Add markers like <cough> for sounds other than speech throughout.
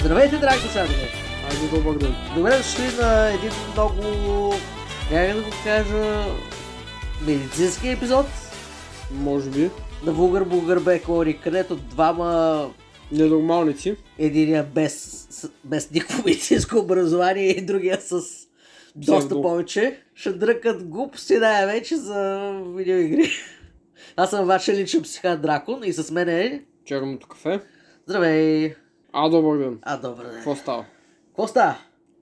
Здравейте, драги слушатели! Айде добър ден. Добре дошли на един много, как да го кажа, медицински епизод Може би. на Вугър Бугърбе Кори, където двама Ненормалници. единия без, с- без никакво <laughs> медицинско образование и другия с доста Псевдо. повече, ще дръкат глупости най-вече за видеоигри. Аз съм вашия личен психат Дракон и с мен е... Черното кафе. Здравей! А, добър ден. А, добър ден! Какво става? Какво става?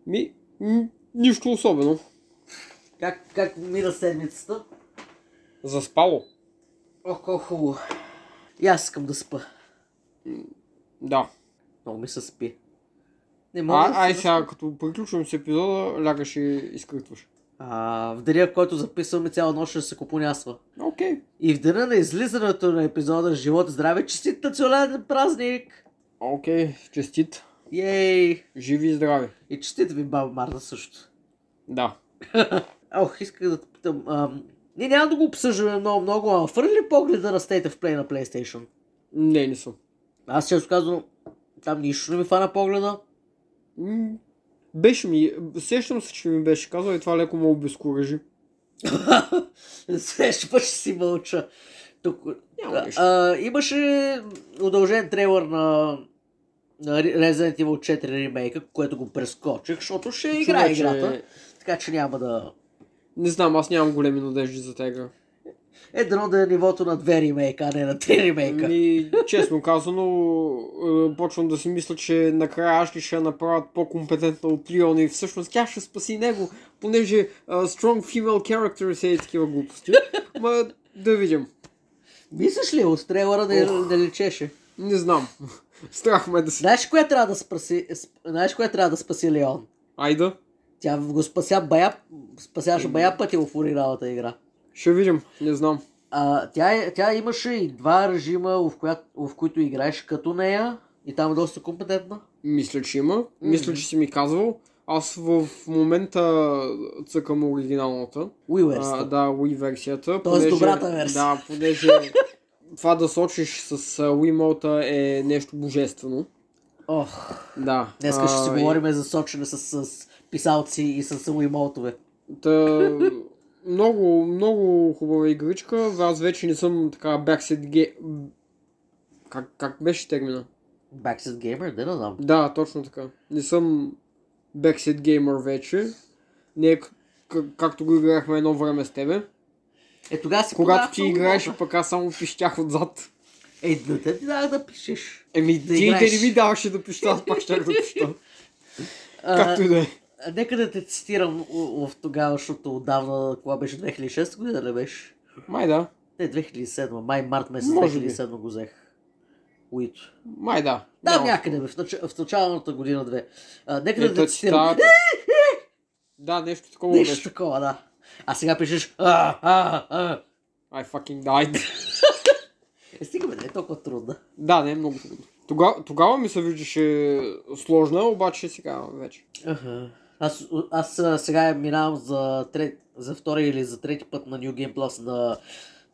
Ми, м- нищо особено. Как, как мина седмицата? Заспало? О, колко хубаво. И аз искам да спа. Да. Много ми се спи. Не мога. да А, ай се сега, като приключвам с епизода, лягаш и изкритваш. А, в деня, в който записваме цяла нощ, ще се купонясва. Окей. И в деня на излизането на епизода Живот и здраве, честит национален празник! Окей, честит. Ей! Живи и здрави. И честит ви, баба Марта, също. Да. Ох, исках да те питам. Ам... Ние няма да го обсъждаме много, много, а фърли погледа на State of Play на PlayStation. Не, не съм. Аз често казвам, там нищо не ми фана погледа. <laughs> М, Беше ми, сещам се, че ми беше казал и това леко ме обезкуражи. Следващия път ще си мълча. Тук... Няма А, нищо. а, имаше удължен трейлър на, на Resident Evil 4 ремейка, което го прескочих, защото ще играе Човече, е играта. Така че няма да... Значи, Не знам, аз нямам големи надежди за тази игра. Е, дано да е нивото на две ремейка, а не на три ремейка. Ми, честно казано, е, почвам да си мисля, че накрая Ашли ще я направят по-компетентна от Лион и всъщност тя ще спаси него, понеже е, strong female characters е и такива глупости. Ма да видим. Мислиш ли от трейлъра да, Ох. да лечеше? Не знам. <laughs> Страх ме е да се... Знаеш коя трябва да спаси... сп- Знаеш коя трябва да спаси Леон? Айда. Тя го спася бая... спасяваше бая пъти в оригиналната игра. Ще видим. Не знам. А, тя, е- тя имаше и два режима, в, коя, в които играеш като нея. И там е доста компетентна. Мисля, че има. Мисля, че си ми казвал. Аз в момента цъкам оригиналната. Уилерста. А, да, Wii версията. Тоест добрата версия. Да, понеже това да сочиш с а, Wiimote е нещо божествено. Ох, Да. днеска ще си а, говорим за сочене с, с писалци и с уимолтове. и- Та, много, много хубава игричка. Аз вече не съм така backseat ге... Как, как беше термина? Backset Gamer, не да знам. Да, точно така. Не съм backseat геймер вече. Не е к- к- както го играхме едно време с тебе. Е, тогава си Когато продавах ти на играеш, Wiimote. пък аз само пищях отзад. Е, да те ти дадах да пишеш. Еми, Да ти и играеш. те не ми даваше да пища, аз пак щях да пища. Както и да е. А, нека да те цитирам в, в тогавашното отдавна, кога беше 2006 година, не беше? Май да. Не, 2007, май, март месец Може би. 2007 го взех. Уито. Май да. Да, Няма. някъде в, нач... в началната година две. А, нека да Ето те ти цитирам. Е, става- Да, нещо такова Нещо беше. такова, да. А сега пишеш а, а, а. I fucking died. Е, стига бе, не е толкова трудно. да, не е много трудно. Тогава, тогава ми се виждаше сложна, обаче сега вече. Аха. Аз, аз а, сега минавам за, трет, за втори или за трети път на New Game Plus на,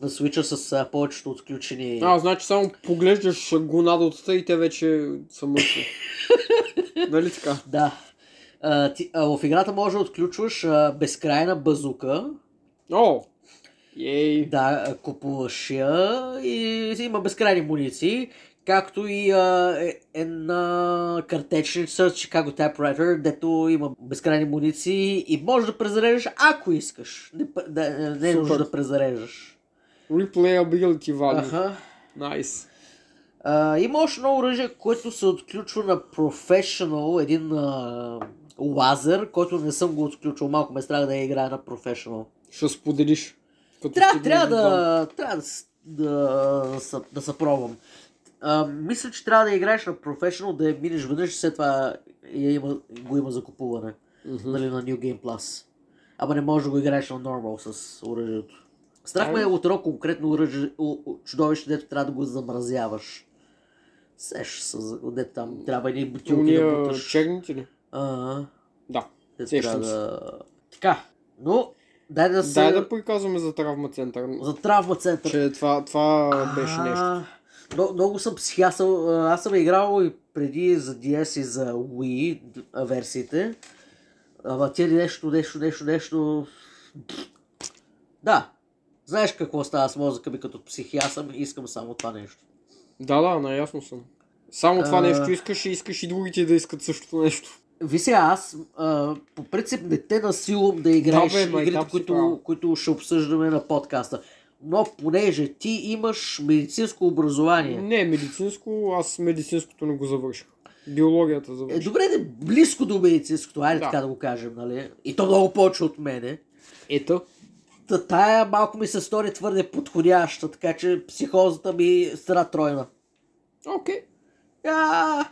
на Switch с а, повечето отключени. А, значи само поглеждаш гонадотата и те вече <laughs> са мъртви. нали така? Да. А, ти, а, в играта може да отключваш а, безкрайна базука. О! Ей! Да, а, купуваш я и има безкрайни муниции. Както и а, е- една картечница, Chicago Typewriter, дето има безкрайни муниции и можеш да презареждаш, ако искаш. Не, п- да, не, не е нужно Супер. Ами, да презареждаш. Replayability value. Аха. Найс. А, има още едно оръжие, което се отключва на Professional, един а, лазер, който не съм го отключил, малко ме страх да я играя на Professional. Ще споделиш. Като Трябва, стигнеш трябва до там. да, трябва да, с- да, да, да се пробвам. А, мисля, че трябва да играеш на Professional, да я минеш веднъж, след това я има, го има за купуване. Мгм. Нали, на New Game Plus. Ама не можеш да го играеш на Normal с оръжието. Страх ме е Ай. от едно конкретно оръжие, о- о- чудовище, дето трябва да го замразяваш. Сеш се, за- дето там трябва едни бутилки да Уния буташ. черните ли? Ага. Да. Дето Сещам трябва да... Така, но дай да се... Дай да приказваме за травма център. За травма център. Че това, това беше нещо. А, Много, много съм схясал. а, Аз съм играл и преди за DS и за Wii д- а, версиите. Ама тя нещо, нещо, нещо, нещо... Да. Знаеш какво става с мозъка ми като психиасъм и искам само това нещо. Да, да, наясно съм. Само това А. нещо искаш и искаш и другите да искат същото нещо. Ви сега, аз а, по принцип не те насилвам да играеш Да, бе, ма, и игрите, там си права. които, които ще обсъждаме на подкаста. Но понеже ти имаш медицинско образование, Не, медицинско, аз медицинското не го завърших. Биологията Е, завърших. добре, да, близко до медицинското, айде Да. да. така да го кажем, нали? И то много повече от мене. Е, Ето. Та, тая малко ми се стори твърде подходяща, така че психозата ми стара тройна. Окей. А,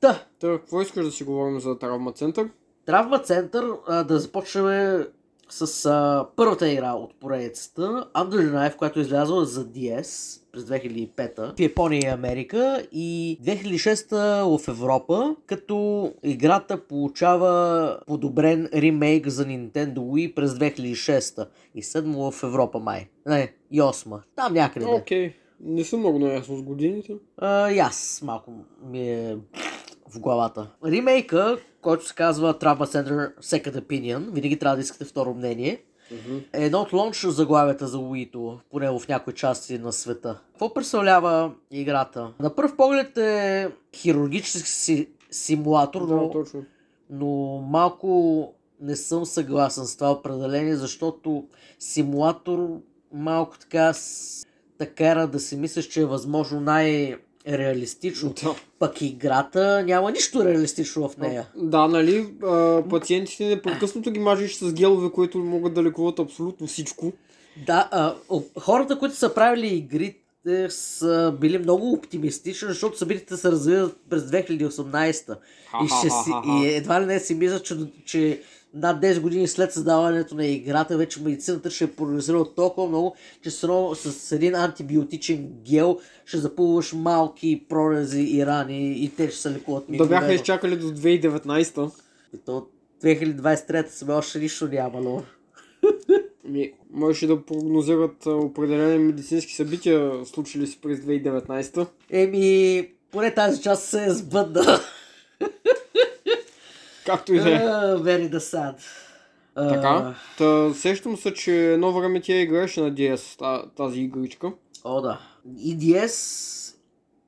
да, Та, какво искаш да си говорим за травма център? Травма център, а, да започнем с а, първата игра от поредицата, Under the Knife, която е излязла за DS през 2005 в Япония и Америка и 2006 в Европа, като играта получава подобрен ремейк за Nintendo Wii през 2006 и 7 в Европа май. Не, и 8 Там някъде. бе. Окей. Не съм много наясно с годините. А, и аз малко ми е в главата. Ремейка, който се казва Trauma Center Second Opinion, винаги трябва да искате второ мнение, е едно от лонч заглавията за Уито, поне в някои части на света. Какво представлява играта? На пръв поглед е хирургически си- симулатор, Да, но, точно. но малко не съм съгласен с това определение, защото симулатор малко така с- те кара да си мислиш, че е възможно най-реалистично. Да. Пък играта няма нищо реалистично в нея. Да, нали, а, пациентите непрекъснато ги мажиш с гелове, които могат да лекуват абсолютно всичко. Да, а, о- хората, които са правили игрите, са били много оптимистични, защото събитията се развиват през 2018 и, ще си, и е- едва ли не си мислят, че, че над 10 години след създаването на играта, вече медицината ще е прогресирала толкова много, че с, едно- с един антибиотичен гел ще запълваш малки прорези и рани и те ще се лекуват Да бяха мигновено. изчакали до 2019-та. И то 2023 сме още нищо нямало. Ми, можеше да прогнозират а, определени медицински събития, случили се през 2019-та. Еми, поне тази част се е сбъдна. <laughs> Както и да е. Вери да сад. Така. Та, сещам се, че едно време тя играеше на DS, та- тази игричка. О, да. И DS,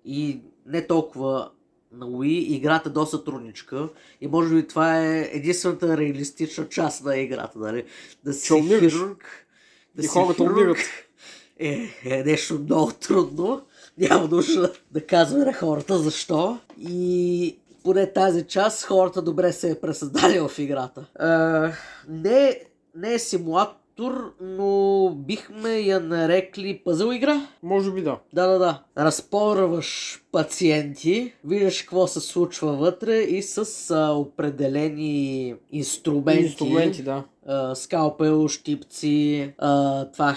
и не толкова на Wii, играта е доста трудничка. И може би това е единствената реалистична част на играта, нали? Да си Че умираш. хирург. Да И хората умират. Е, е нещо много трудно. Няма нужда да казваме на хората защо. И поне тази част хората добре се е пресъздали в играта. Е, не, е- не е симулатор, но бихме я нарекли пъзъл игра. Може би да. Да, да, да. Разпорваш пациенти, виждаш какво се случва вътре и с а, определени инструменти. Инструменти, да. А, скалпел, щипци, а, това.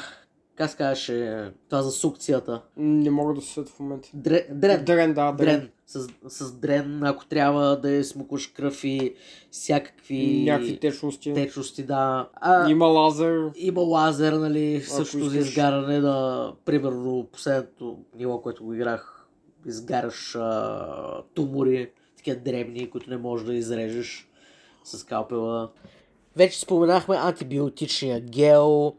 Как се казваше? Това за сукцията. М, Не мога да се сетя в момента. Дре, дрен. Дрен, да, дрен. Дрен. С, с дрен, ако трябва да смукаш кръв и всякакви Някакви течности. течности, да. А, Има лазер. има лазер, нали, също за искаш. изгаране да, примерно, последното ниво, което го играх, изгаряш а, тумори, такива дребни, които не можеш да изрежеш с калпела. Вече споменахме антибиотичния гел,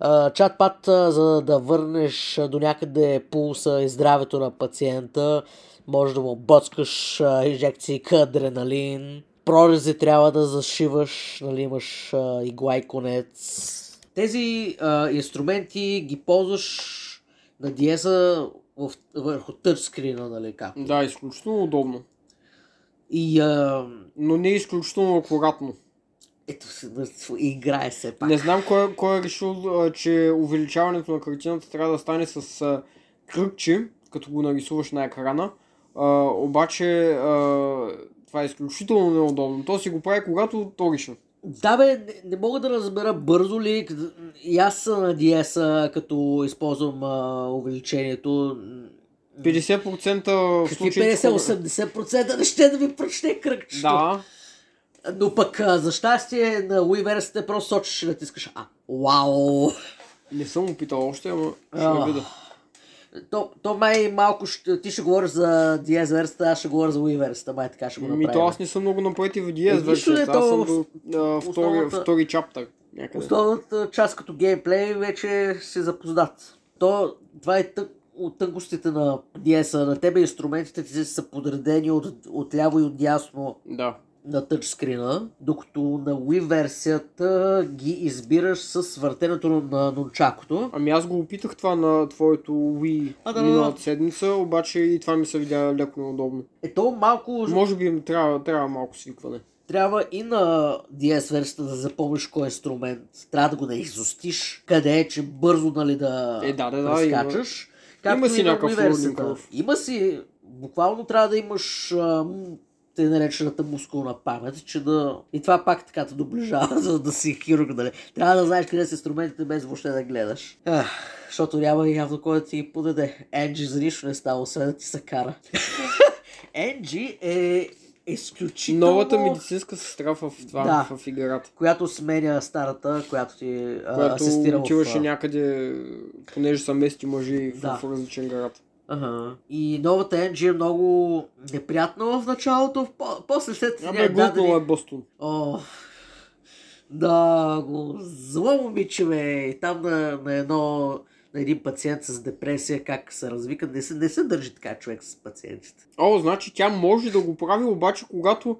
а, чат-пат, а, за да върнеш а, до някъде пулса и здравето на пациента, може да му боцкаш а, инжекции адреналин, прорези трябва да зашиваш, нали имаш а, игла и конец. Тези а, инструменти ги ползваш на диеза в, върху тъчскрина, нали как. Да, изключително удобно. И а, Но не изключително акуратно. ето, играе се пак. Не знам кой, кой е решил, а, че увеличаването на картината трябва да стане с а, кръгче, като го нарисуваш на екрана. А, обаче а, това е изключително неудобно. То си го прави когато то реши. Да бе, не, не мога да разбера бързо ли, къд- и аз съм на диеса, като използвам а, увеличението. 50% в Какви случаите... кога- 50-80% не ще да ми прочне кръгчето. Да, Но пък а, за щастие на Wii версията просто сочиш и натискаш А. Вау! не съм опитал още, ама ще А. видя. То, то май малко ще, ти ще говориш за Диез версията, аз ще говоря за Уиверсата, май така ще го Ми направим. то аз не съм много напред и в DS Е, нищо вече. не, Аз съм то до а, втори, основната- втори чаптър. Някъде. Основната част като геймплей вече си запознат. То, това е тън, от тънкостите на DS-а. На тебе инструментите ти са подредени от, от ляво и от дясно Да. на тъчскрина, докато на Wii версията ги избираш с въртенето на нончакото. Ами аз го опитах това на твоето Wii А, да, да, да. миналата седмица, обаче и това ми се видя леко неудобно. Е то малко Може би им трябва, трябва малко свикване. трябва и на DS версията да запомниш кой инструмент. Трябва да го да изостиш, къде е, че бързо нали, да, Е, да, да, да, прескачаш. Има си и на някакъв университета. луден кръв. Има си, буквално трябва да имаш ам, те наречената мускулна памет, че да... И това пак така те доближава, <laughs> за да си хирург, нали? Трябва да знаеш къде са инструментите, без въобще да гледаш. Ах, защото няма явно кой да ти ги подаде. Енджи за нищо не става, освен да ти се кара. <laughs> Енджи е изключително... Новата медицинска сестра в това, Да. в играта. която сменя старата, която ти е, а, Която асистира отиваше в... а, някъде, понеже са мести мъжи в, Да. в различен град. Ага. И новата NG е много неприятна в началото, в по- после след Абе, глупно е Бостон. О, да, го зло момиче, бе. И там на, на едно на един пациент с депресия, как се развика. Не се, не се държи така човек с пациентите. О, значи тя може да го прави, обаче когато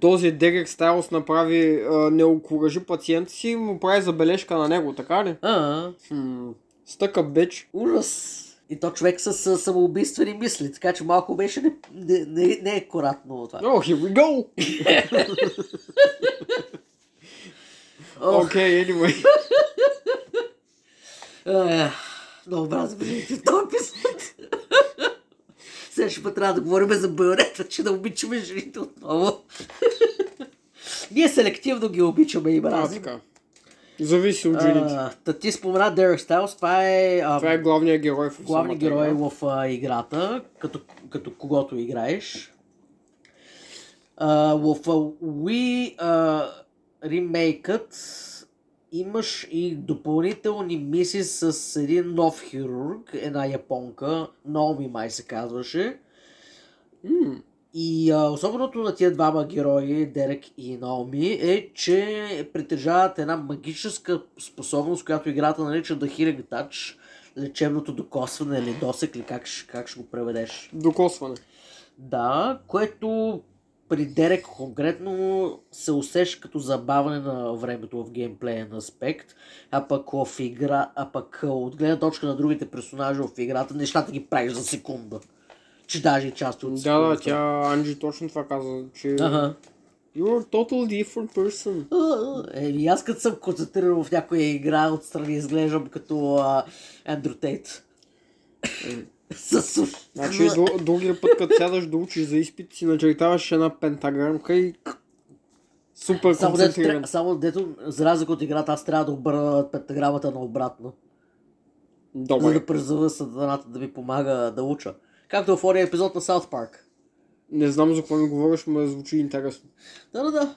този Дерек Стайлс направи, а, не окоръжи пациента си, му прави забележка на него, така ли? А, Хм, стъка бич. ужас. И то човек с а, самоубийствени мисли, така че малко беше не, не, не, не е коратно това. Oh, here we go! Ох, Окей, okay, anyway. <laughs> Е, Много мразя бъдете в този епизод. Сега ще път трябва да говорим за байонета, че да обичаме жените отново. Ние селективно ги обичаме и А, мразим. така. Зависи от жените. А, Та ти спомена Дерек Стайлс, това е, а, Това е главният герой в главният самата герой игра. в а, играта, като, като когото играеш. А, в а, Wii а, ремейкът имаш и допълнителни мисии с един нов хирург, една японка, Наоми май се казваше. М, И а, особеното на тия двама герои, Дерек и Наоми, е, че притежават една магическа способност, която играта нарича The Healing Touch, лечебното докосване или досек, или как, ще- как ще го преведеш. Докосване. Да, което при Дерек конкретно се усеща като забаване на времето в геймплеен аспект, а пък, в игра, а пък а, от гледна точка на другите персонажи в играта, нещата ги правиш за секунда. Че даже и част от Да, да, секундата. тя Анджи точно това каза, че е Аха. You're a totally different person. Еми, Е, аз като съм концентриран в някоя игра, отстрани изглеждам като а, Е, Ендрю Тейт. С уш. Значи дру- другия път, като сядаш да учиш за изпит, си начертаваш една пентаграмка и к- супер Само дето, концентриран. тря- само дето, за разлика от играта, аз трябва да обърна пентаграмата наобратно. За Добре. да призова съдената да ми помага да уча. Както в ония епизод на Саут Парк. Не знам за какво ми говориш, но звучи интересно. Да, да, да.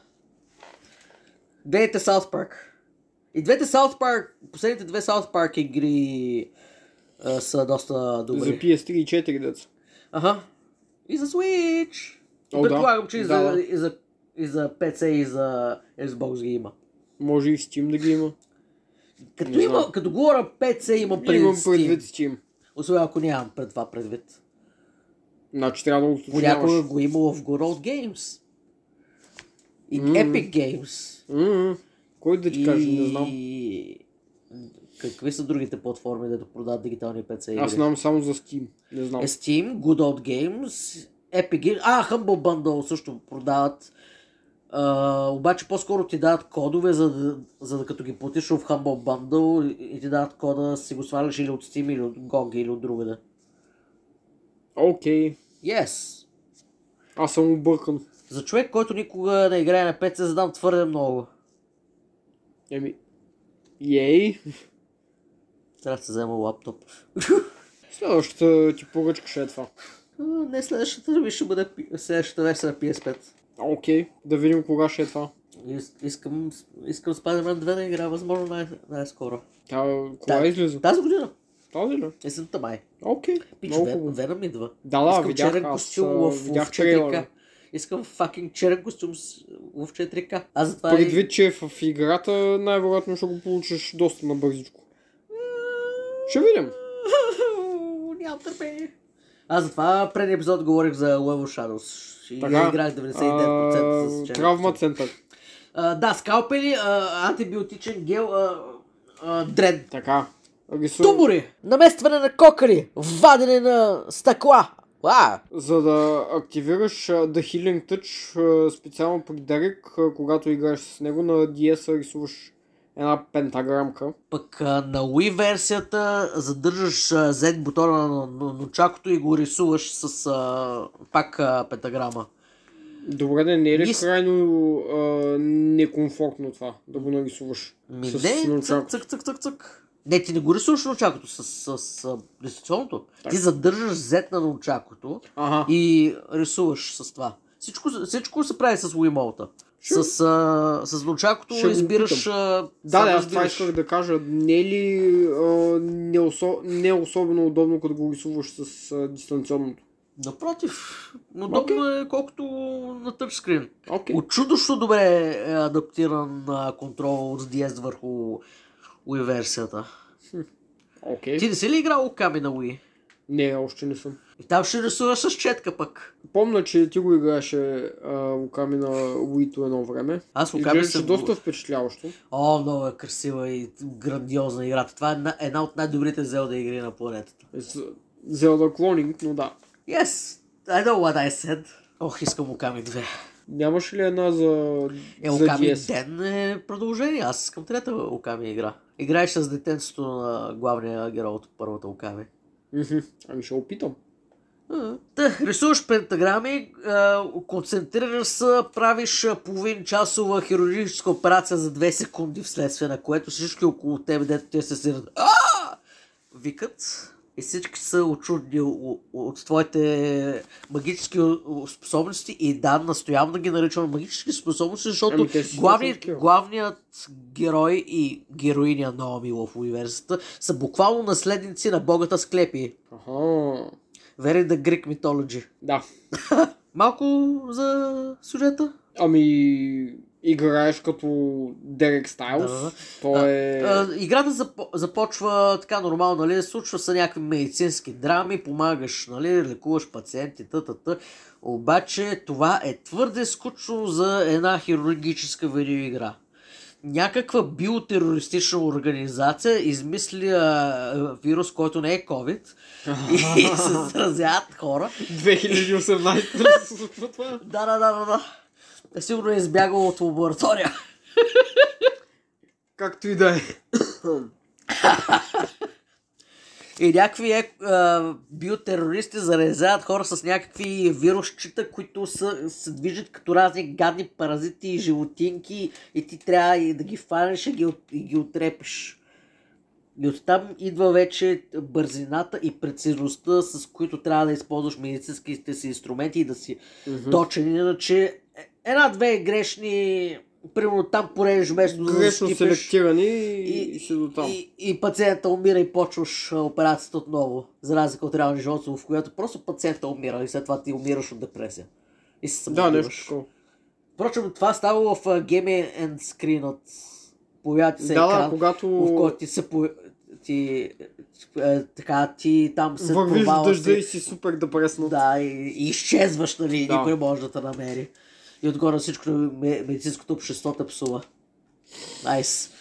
Гледайте Саут Парк. И двете Саут Парк, последните две Саут Парк игри а, са доста добри. За PS3 и 4 деца. Ага. И за Switch. О, О, да. Предполагам, че и, Да, за, да. и, за, и за PC, и за Xbox ги има. Може и в Steam да ги има. Като, Не има, знам. като говоря PC, има предвид, Имам предвид Steam. Steam. Освен ако нямам пред това предвид. Значи трябва да го Понякога уточняваш. го имало в Good Old Games. И М. Epic Games. М, м. Кой да ти каже, не знам. И... Какви са другите платформи, дето продават дигитални PC игри? Аз знам само за Steam. Не знам. Е Steam, Good Old Games, Epic Games, а, Humble Bundle също продават. А, обаче по-скоро ти дават кодове, за да, за да като ги платиш в Humble Bundle и и ти дават кода, си го сваляш или от Steam, или от GOG, или от другаде. Окей. Yes! Аз съм объркан. За човек, който никога не играе на PC, задам твърде много. Еми. Ей. Трябва да се взема лаптоп. Следващата ти поръчка ще е това. А, не следващата ми ще бъде пи- следващата версия на PS5. Окей. Да видим кога ще е това. Ис- Искам, искам Spider-Man 2 да играя възможно най- най-скоро. Тя, кога Да. излиза? Тази година. Този ли? Есента май. Окей. Пич, Много хубаво. Вен- Веном идва. Да, да, Искам видях, черен аз, костюм в, а, в видях 4K. трейлера. Искам fucking черен костюм с- в 4K. Аз затова и- Предвид, че е в играта най-вероятно ще го получиш доста набързичко. Ще видим. <laughs> Нямам търпение. Аз затова предния епизод говорих за Level Shadows. И Така, играх а, 99% с черен Травма костюм. център. А, да, скалпели, а, антибиотичен гел, а, а, дред. Така. Рису... Тумори, наместване на кокали, вадене на стъкла. А, За да активираш а, The Healing Touch а, специално при Дарик, а, когато играеш с него, на DS рисуваш една пентаграмка. Пък а, на Wii версията задържаш а, Z бутона на, на, на чакото и го рисуваш с а, пак а, пентаграма. Добре, да не е ли Мис- крайно а, некомфортно това, да го нарисуваш? Ми С- с не, научако. цък, цък, цък, цък, цък. Не, ти не го рисуваш на очакото с, с, с а, дистанционното. Так. Ти задържаш Z на очакото Ага. и рисуваш с това. Всичко, всичко се прави с Wiimote. Ще- С, а, с научакото ще го избираш... питам. А, Да, сам да, аз това избираш. исках да кажа. Не е ли а, не, осо... не е особено удобно, като го рисуваш с а, дистанционното? Напротив, удобно е колкото на тъчскрин. Окей. От чудощо добре е адаптиран а, контрол от DS върху Wii версията. Окей. Ти не си ли играл Оками на Wii? Не, още не съм. И там ще рисуваш с четка пък. Помня, че ти го играеше а, Луками на Уито едно време. Аз Оками Изглеждаше съм... доста впечатляващо. О, много е красива и грандиозна играта. Това е една, една от най-добрите Зелда игри на планетата. З- Zelda Cloning, но да. Yes, I know what I said. Ох, искам Оками 2. Нямаше ли една за, Е, за Оками DS? ден е продължение. Аз искам трета Оками игра. Играеш с детенството на главния герой от първата Оками. Мгм. Ами ще опитам. Та, рисуваш пентаграми, а, концентрираш се, правиш а, половин часова хирургическа операция за 2 секунди, вследствие на което всички около теб, дето те се сират, а викат и всички са очудни о- от твоите магически о- о- способности и да, настоявам да ги наричам магически способности, защото Ами, те си главният, такива. главният герой и героиня Наоми в университета са буквално наследници на богата Склепи. Аха. Very the Greek mythology. Да. Малко за сюжета. Ами, играеш като Дерек Стайлс. Да, да, да. Той е... А, Играта запо- започва така нормално, нали? Случва се някакви медицински драми, помагаш, нали? Лекуваш пациенти, т.т. Обаче това е твърде скучно за една хирургическа видеоигра. Някаква биотерористична организация измисли а, вирус, който не е COVID и се заразяват хора <laughs> 2018 ли се случва това? Да, да, да, да, да. Сигурно е избягал от лаборатория. Както и да е. И някакви е, а, биотерористи заразяват хора с някакви вирусчета, които са, се движат като разни гадни паразити и животинки и ти трябва и да ги фанеш и ги, от- и ги отрепиш. И оттам идва вече бързината и прецизността, с които трябва да използваш медицинските си инструменти и да си точен. Иначе е- една-две грешни, примерно там порежеш вместо да Грешно защипеш. селектирани и, и си до там. И, и пациента умира и почваш а, операцията отново, за разлика от реални живота, в която просто пациента умира и след това ти умираш от депресия. И се Да, самоубиваш. нещо такова. Впрочем, това става в а, Game and Screen от появявате се Да, да, екран, когато в който ти се по... ти, е, така, ти там се вървиш в провалваш. дъжда и си супер депресно. Да, и, и изчезваш, нали, Да. никой не може да те намери. И отгоре на всичко ме- медицинското общество те псува. Найс.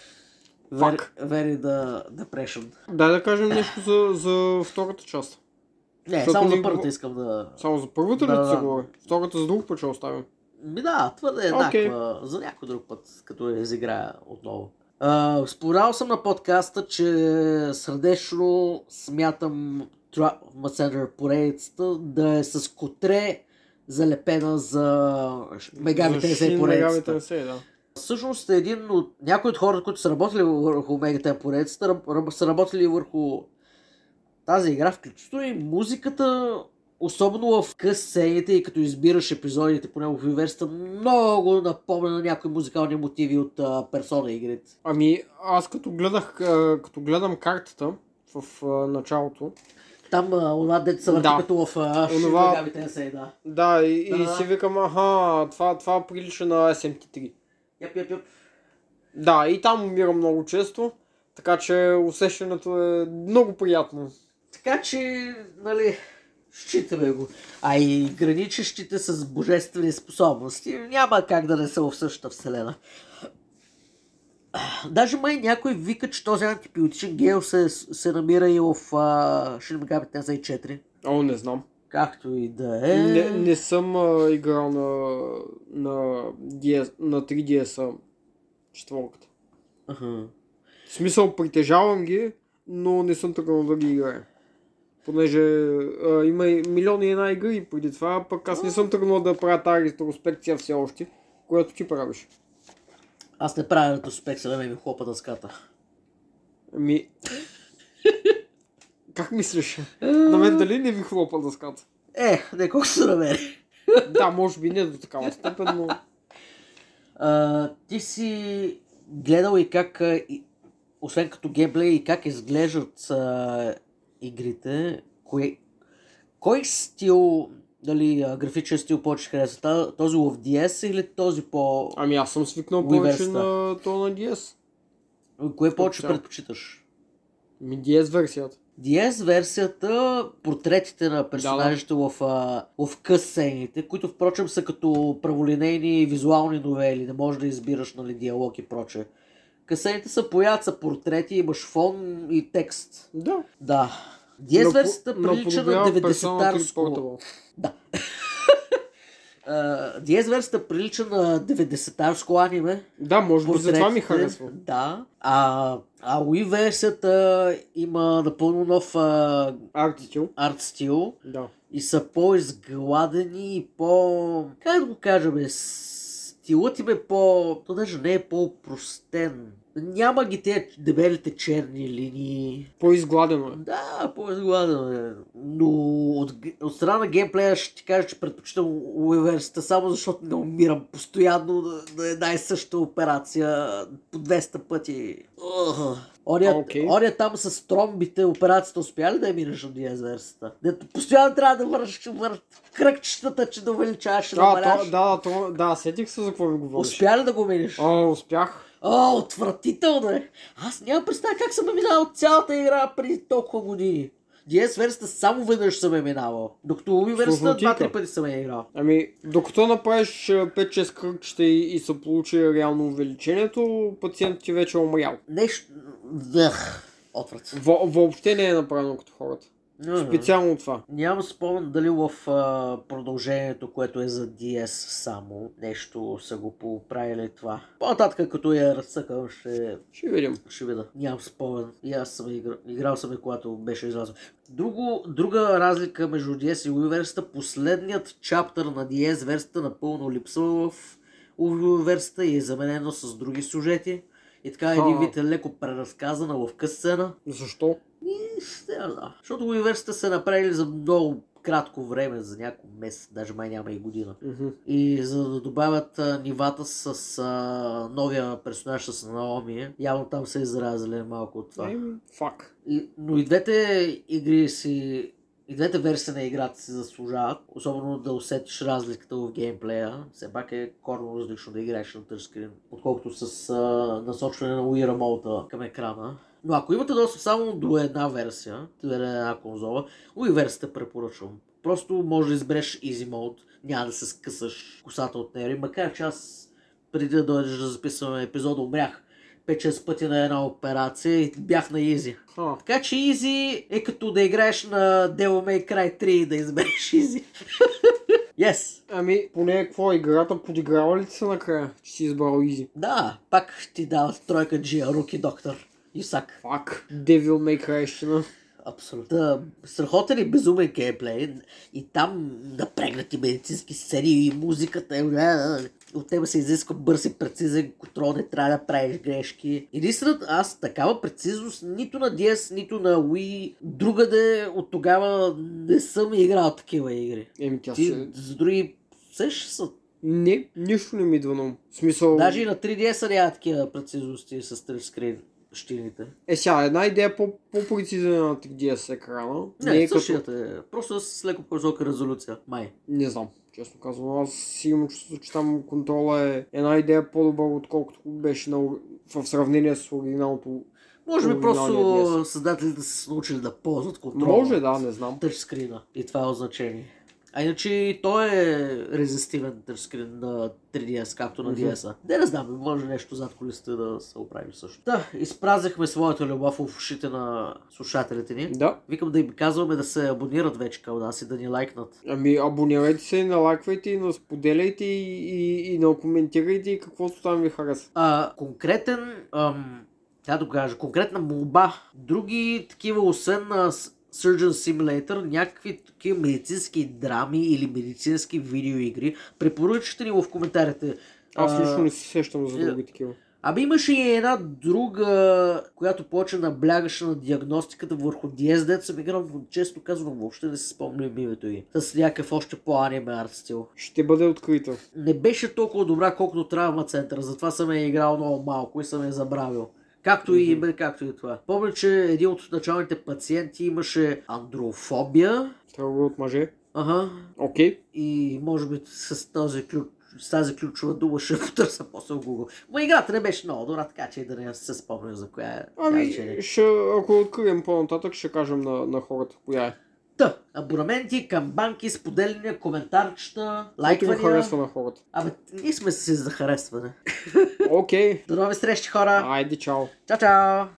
Пак. Very the depression. Дай да кажем нещо за, за втората част. Не, Защото само за ние първата го- искам да... Само за първата Да, ли да, се да. говори? Втората за друг път ще оставим. Ми да, твърде е Окей. еднаква. За някой друг път, като я изиграя отново. А, споменал съм на подкаста, че сърдечно смятам Trauma Center поредицата да е с котре залепена за Мегами За 50 Shin Megami поредицата. Tensei, да. Всъщност един от някои от хората, които са работили върху Мега Тен поредицата, раб- раб- са работили върху тази игра, включително и музиката, особено в къс сцените и като избираш епизодите по него в университета, много напомня на някои музикални мотиви от а, персона игрите. Ами, аз като гледах, а, като гледам картата, в а, началото. Там а, она деца върти Да. като в а, Онова- Онова... се, да. Да, и, Да, и да. си викам, аха, това, това прилича на SMT3. Яп, яп, яп. Да, и там умира много често, така че усещането е много приятно. Така че, нали, считаме го. А и граничещите с божествени способности няма как да не са в същата вселена. Даже май някой вика, че този антибиотичен гел се, се намира и в а, Shin Megami Tensei 4. О, не знам. Както и да е. Не, не съм а, играл на, на, DS, на 3DS четворката. Аха. В смисъл, притежавам ги, но не съм тръгнал да ги играя. Понеже а, има и милиони и една игри преди това, пък аз не съм тръгнал да правя тази ретроспекция все още, която ти правиш. Аз не правя ретроспект, сега ми хлопа дъската. Ами... <laughs> как мислиш? На мен дали не ви хлопа дъската? Е, не колко се намери. Да, може би не до такава степен, но... А, ти си гледал и как, а, и, освен като геймплей, и как изглеждат а, игрите, кое, кой стил, дали а, графичен стил повече хареса? Та- Този в DS или този по... Ами аз съм свикнал Университет. повече на то на DS. Кое повече цяло. предпочиташ? Ми DS версията. DS версията, портретите на персонажите в, а, в къс сцените, които впрочем са като праволинейни визуални новели, не можеш да избираш нали, диалог и прочее. Късените са поят, са портрети, имаш фон и текст. Да. Да. DS версията Напо- прилича на наподобява Persona 3 90-тарско. Portable. А, DS версията прилича на 90-тарско аниме. Да, може би за това ми портретите. харесва. Да. А, а Wii версията има напълно нов а, Артитил. арт стил. Да. и са по-изгладени и по... Как да го кажа, бе? Стилът им е по... То даже не е по-простен. Няма ги те дебелите черни линии. По-изгладено е. Да, по-изгладен е. Но от, г- от страна на геймплея ще ти кажа, че предпочитам университета, само защото не умирам постоянно да, да е най-съща операция по 200 пъти. Ugh. Оня, Окей. оня там с тромбите операцията успя ли да я минеш от диазверсата? Дето постоянно трябва да вършиш върш, кръгчетата, че да увеличаваш и да А, то, намаляш. да, да, то, да, сетих се за какво ми говориш. Успя ли да го минеш? А, успях. О, отвратително е! Аз нямам представа как съм е минал от цялата игра преди толкова години. DS версията само веднъж съм е минавал, докато Уми версията Сложнотика. два-три пъти съм е играл. Ами, докато направиш е, а, 5-6 кръгчета и, и се получи реално увеличението, пациентът ти вече е умрял. Нещо... Дъх. Отврат. Въ, въобще не е направено като хората. Специално това. Нямам спомен дали в а, продължението, което е за DS само, нещо са го поправили това. По-нататък, като я разсъкам, ще Ще видим. Ще видя. Нямам спомен. И аз съм я игра... играл съм я, когато беше излязъл. Друго, друга разлика между DS и Университа, последният чаптър на DS версията напълно липсва в Университа и е заменено с други сюжети. И така един А. вид е леко преразказана в къс сцена. Защо? И ще я да. Защото Университа са направили за много кратко време, за няколко месец, даже май няма и година. Мгм. И за да добавят а, нивата с а, новия персонаж с Наоми, явно там са изразили малко от това. Еми, Ами, Фак. И, но и двете игри си, и двете версии на играта си заслужават, особено да усетиш разликата в геймплея. Все пак е корно различно да играеш на тъчскрин, отколкото с а, насочване на Wii Remote към екрана. Но ако имате достъп само до една версия, до една конзола, Wii версията препоръчвам. Просто може да избереш Easy Mode, няма да се скъсаш косата от нея. И Макар че аз преди да дойдеш да записваме епизода, умрях 5-6 пъти на една операция и бях на Easy. Ха. Така че Изи е като да играеш на Devil May Cry 3 и да избереш Изи. <laughs> yes. Ами, поне какво е играта, подиграва ли ти се накрая, че си избрал Изи? Да, пак ти дава тройка Джия, руки доктор. Исак. Фак. Devil May Cry-щина. Абсолютно. Да, страхотен и безумен геймплей. И там напрегнати медицински сцени и музиката. е, е, е. От тебе се изисква бърз и прецизен контрол, не трябва да правиш грешки. Единствената аз такава прецизност нито на DS, нито на Wii, другаде от тогава не съм играл такива игри. Еми, тя Ти се... с други също са. Не, нищо не ми идва на ум. В смисъл... Даже и на 3DS няма такива прецизности с тъчскрин. щините. Е, сега, една идея по- по-прецизна на 3DS екрана. Не, не е същият е. Просто с леко по-висока резолюция. Май. Не знам, честно казвам. Аз имам чувство, че там контрола е една идея по-добър, отколкото беше на... ор- в сравнение с оригиналното. Може би Оригиналният просто създателите са се научили да ползват контрол. Може, да, не знам. тъчскрина. И това е означение. А иначе и той е резистивен тъчскрин на 3DS, както на Мгм. DS-а. Не, не знам, може нещо зад колисите да се оправи също. Да, изпразихме своята любов в ушите на слушателите ни. Да. Викам да им казваме да се абонират вече към нас и да ни лайкнат. Ами, абонирайте се, налайквайте, и насподеляйте и, и, и накоментирайте и каквото там ви харесва. А, конкретен, ам, как да го кажа, конкретна молба. Други такива, освен на с- Surgeon Simulator, някакви такива медицински драми или медицински видеоигри, препоръчате ни го в коментарите. Аз А, е. лично не се сещам за други такива. Абе имаше и една друга, която повече наблягаше на диагностиката върху диез, дето съм играл, но често казвам, въобще не си спомням името й. С някакъв още по-аниме арт стил. Ще бъде открита. Не беше толкова добра, колкото травма центъра, затова съм я играл много малко и съм я забравил. Както и Мгм. бе, както и това. Помня, че един от началните пациенти имаше андрофобия. Трябва от мъже. Ага. Окей. И може би с този ключ с тази ключова дума ще потърся после в Google. Ма играта не беше много добра, така че и да не се спомням за коя е. Ами, Тя вече е. ще, ако открием по-нататък, ще кажем на, на хората коя е. Та, абонаменти, камбанки, споделяния, коментарчета, Както ви лайквания. харесва на хората. Абе, ние сме си за харесване. Окей. До нови срещи, хора! Айде, чао. Чао, чао!